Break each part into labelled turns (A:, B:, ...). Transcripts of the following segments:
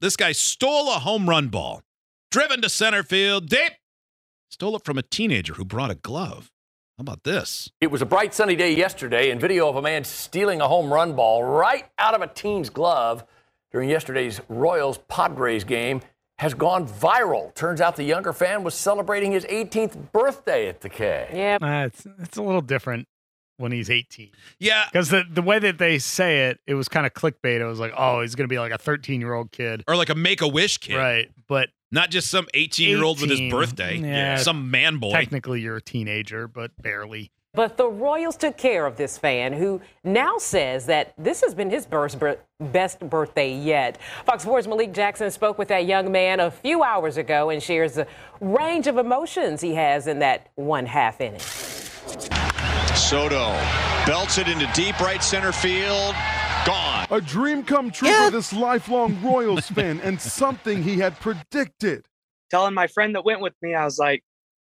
A: This guy stole a home run ball, driven to center field, deep. Stole it from a teenager who brought a glove. How about this?
B: It was a bright sunny day yesterday, and video of a man stealing a home run ball right out of a teen's glove during yesterday's Royals Padres game has gone viral. Turns out the younger fan was celebrating his 18th birthday at the K.
C: Yeah.
D: Uh, it's it's a little different when he's 18
A: Yeah,
D: because the the way that they say it, it was kind of clickbait. It was like, oh, he's gonna be like a 13 year old kid,
A: or like a make a wish kid.
D: right? But
A: Not just some 18 year old with his
D: 18.
A: birthday.
D: Yeah.
A: Some man boy.
D: technically, you're a teenager, but barely.
C: But the Royals took care of this fan who now says that this has been his birth- bir- best birthday yet. Fox Sports' Malik Jackson spoke with that young man a few hours ago and shares the range of emotions he has in that one half inning.
E: Soto belts it into deep right center field. Gone.
F: A dream come true for this lifelong Royals fan and something he had predicted.
G: telling my friend that went with me, I was like,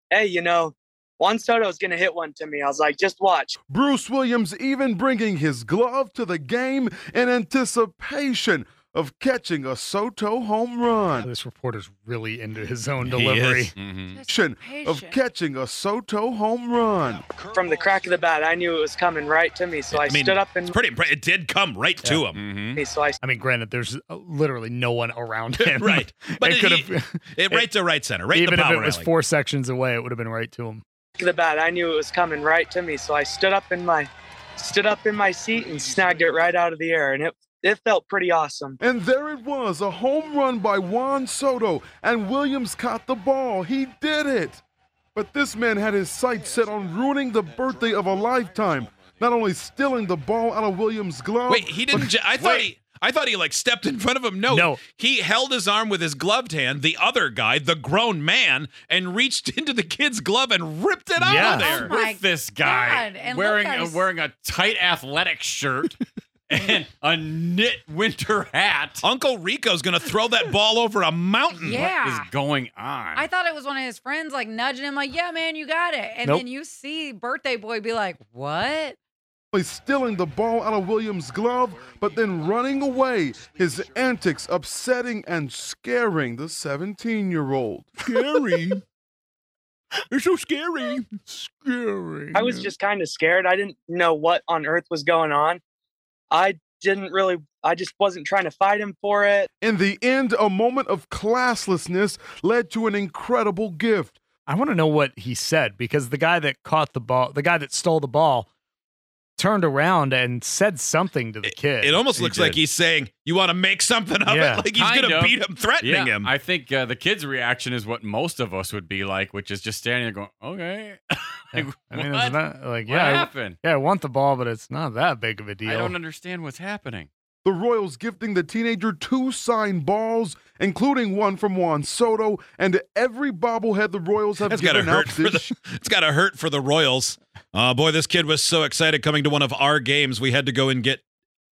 G: hey, you know, Juan Soto's going to hit one to me. I was like, just watch.
F: Bruce Williams even bringing his glove to the game in anticipation of catching a Soto home run.
D: This reporter's really into his own
A: He is. Mm.
D: delivery.
F: Of catching a Soto home run.
G: From the crack of the bat, I knew it was coming right to me. So I,
A: mean,
G: stood up
A: it's
G: and
A: pretty impre- It did come right to him.
G: so I
D: I mean, granted, there's uh, literally no one around him.
A: Right. But
D: Mm-hmm. it
A: it-
D: could
A: he-
D: have,
A: It right to right center, right
D: even
A: in the
D: if
A: power
D: it was
A: alley.
D: four sections away, it would have been right to him.
G: cracked the bat, I knew it was coming right to me. So I stood up in my stood up in my seat and snagged it right out of the air, and it it felt pretty awesome.
F: And there it was, a home run by Juan Soto, and Williams caught the ball. He did it. But this man had his sights set on ruining the birthday of a lifetime. Not only stealing the ball out of Williams'
D: Oh.
F: glove.
A: Wait, he didn't. Ju- I thought he. I thought he like stepped in front of him. No,
D: No.
A: he held his arm with his gloved hand, the other guy, the grown man, and reached into the kid's glove and ripped it out
D: Yeah.
A: of there.
H: Oh my
I: with this guy
H: God, and look
I: wearing
H: at
I: uh,
H: his-
I: wearing a tight athletic shirt and a knit winter hat.
A: Uncle Rico's gonna throw that ball over a mountain.
H: Yeah.
I: What is going on?
H: I thought it was one of his friends like nudging him, like, yeah, man, you got it. And
D: Nope.
H: then you see birthday boy be like, what?
F: He's stealing the ball out of Williams' glove, but then running away, his antics upsetting and scaring the 17 year old.
A: Scary. it's so scary.
D: Scary.
G: I was
A: Mm-hmm.
G: just kind of scared. I didn't know what on earth was going on. I didn't really. I just wasn't trying to fight him for it.
F: In the end, a moment of classlessness led to an incredible gift.
D: I want to know what he said because the guy that caught the ball, the guy that stole the ball, turned around and said something to the kid.
A: It almost
I: He
A: looks like
I: did.
A: he's saying, "You want to make something of
D: Yeah.
A: it?" Like he's
I: Kind
A: gonna
I: of.
A: beat him,
I: yeah,
A: threatening him.
I: I think uh, the kid's reaction is what most of us would be like, which is just standing there going, "Okay, like,
D: I mean,
I: what?
D: it's not like
I: what
D: yeah, I,
I: happened?
D: yeah, I want the ball, but it's not that big of a deal.
I: I don't understand what's happening."
F: The Royals gifting the teenager two signed balls, including one from Juan Soto, and every bobblehead the Royals have
A: That's gotta
F: given out
A: hurt for
F: this
A: the. It's gotta hurt for the Royals. Uh, boy, this kid was so excited coming to one of our games. We had to go and get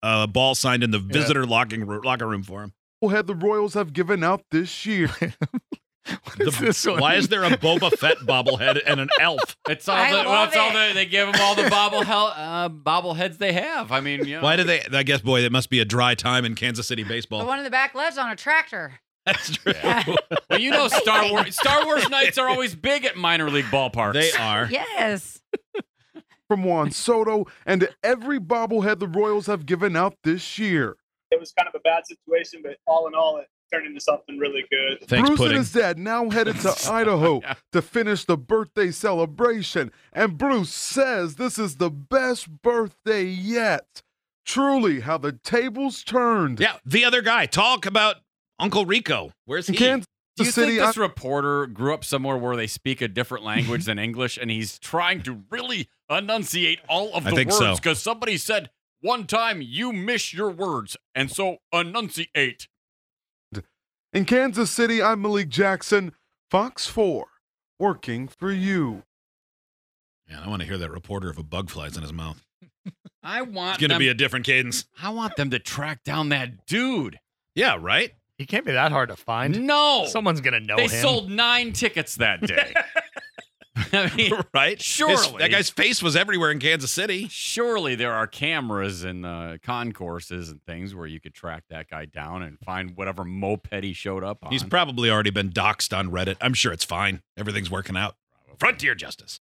A: a ball signed in the visitor locking locker room for him.
F: bobblehead the Royals have given out this year.
D: What is
A: The-
D: this one?
A: Why is there a Boba Fett bobblehead and an elf?
I: It's all
H: I
I: the, well,
H: love
I: it's all
H: it.
I: the, they give them all the bobble hell, uh, bobbleheads they have. I mean, you know,
A: Why do they? I guess, boy, that must be a dry time in Kansas City
H: The
A: baseball.
H: one in the back left's on a tractor.
A: That's true.
I: Well, you know, Star Wars Star Wars nights are always big at minor league ballparks.
A: They are.
H: Yes.
F: from Juan Soto, and every bobblehead the Royals have given out this year.
J: it was kind of a bad situation, but all in all, it turned into something really good.
A: Thanks,
F: Bruce and
A: pudding.
F: his dad now headed to Idaho to finish the birthday celebration. And Bruce says this is the best birthday yet. Truly, how the tables turned.
A: Yeah, the other guy. Talk about Uncle Rico. Where's
F: In
A: he?
F: Kansas
I: Do you
F: City,
I: think this reporter grew up somewhere where they speak a different language than English, and he's trying to really enunciate all of
A: I
I: the
A: think so.
I: words because somebody said one time you miss your words, and so enunciate.
F: in Kansas City, I'm Malik Jackson, Fox 4, working for you.
A: Man, I want to hear that reporter if a bug flies in his mouth.
I: I want
A: It's gonna
I: them,
A: be a different cadence.
I: I want them to track down that dude.
A: Yeah, right.
D: He can't be that hard to find.
I: No,
D: Someone's gonna know
I: they
D: him.
I: sold nine tickets that day. I mean,
A: right? His-
I: surely
A: that guy's face was everywhere in Kansas City.
I: surely there are cameras and uh, concourses and things where you could track that guy down and find whatever moped he showed up on.
A: He's probably already been doxxed on Reddit. I'm sure it's fine. Everything's working out. Frontier justice.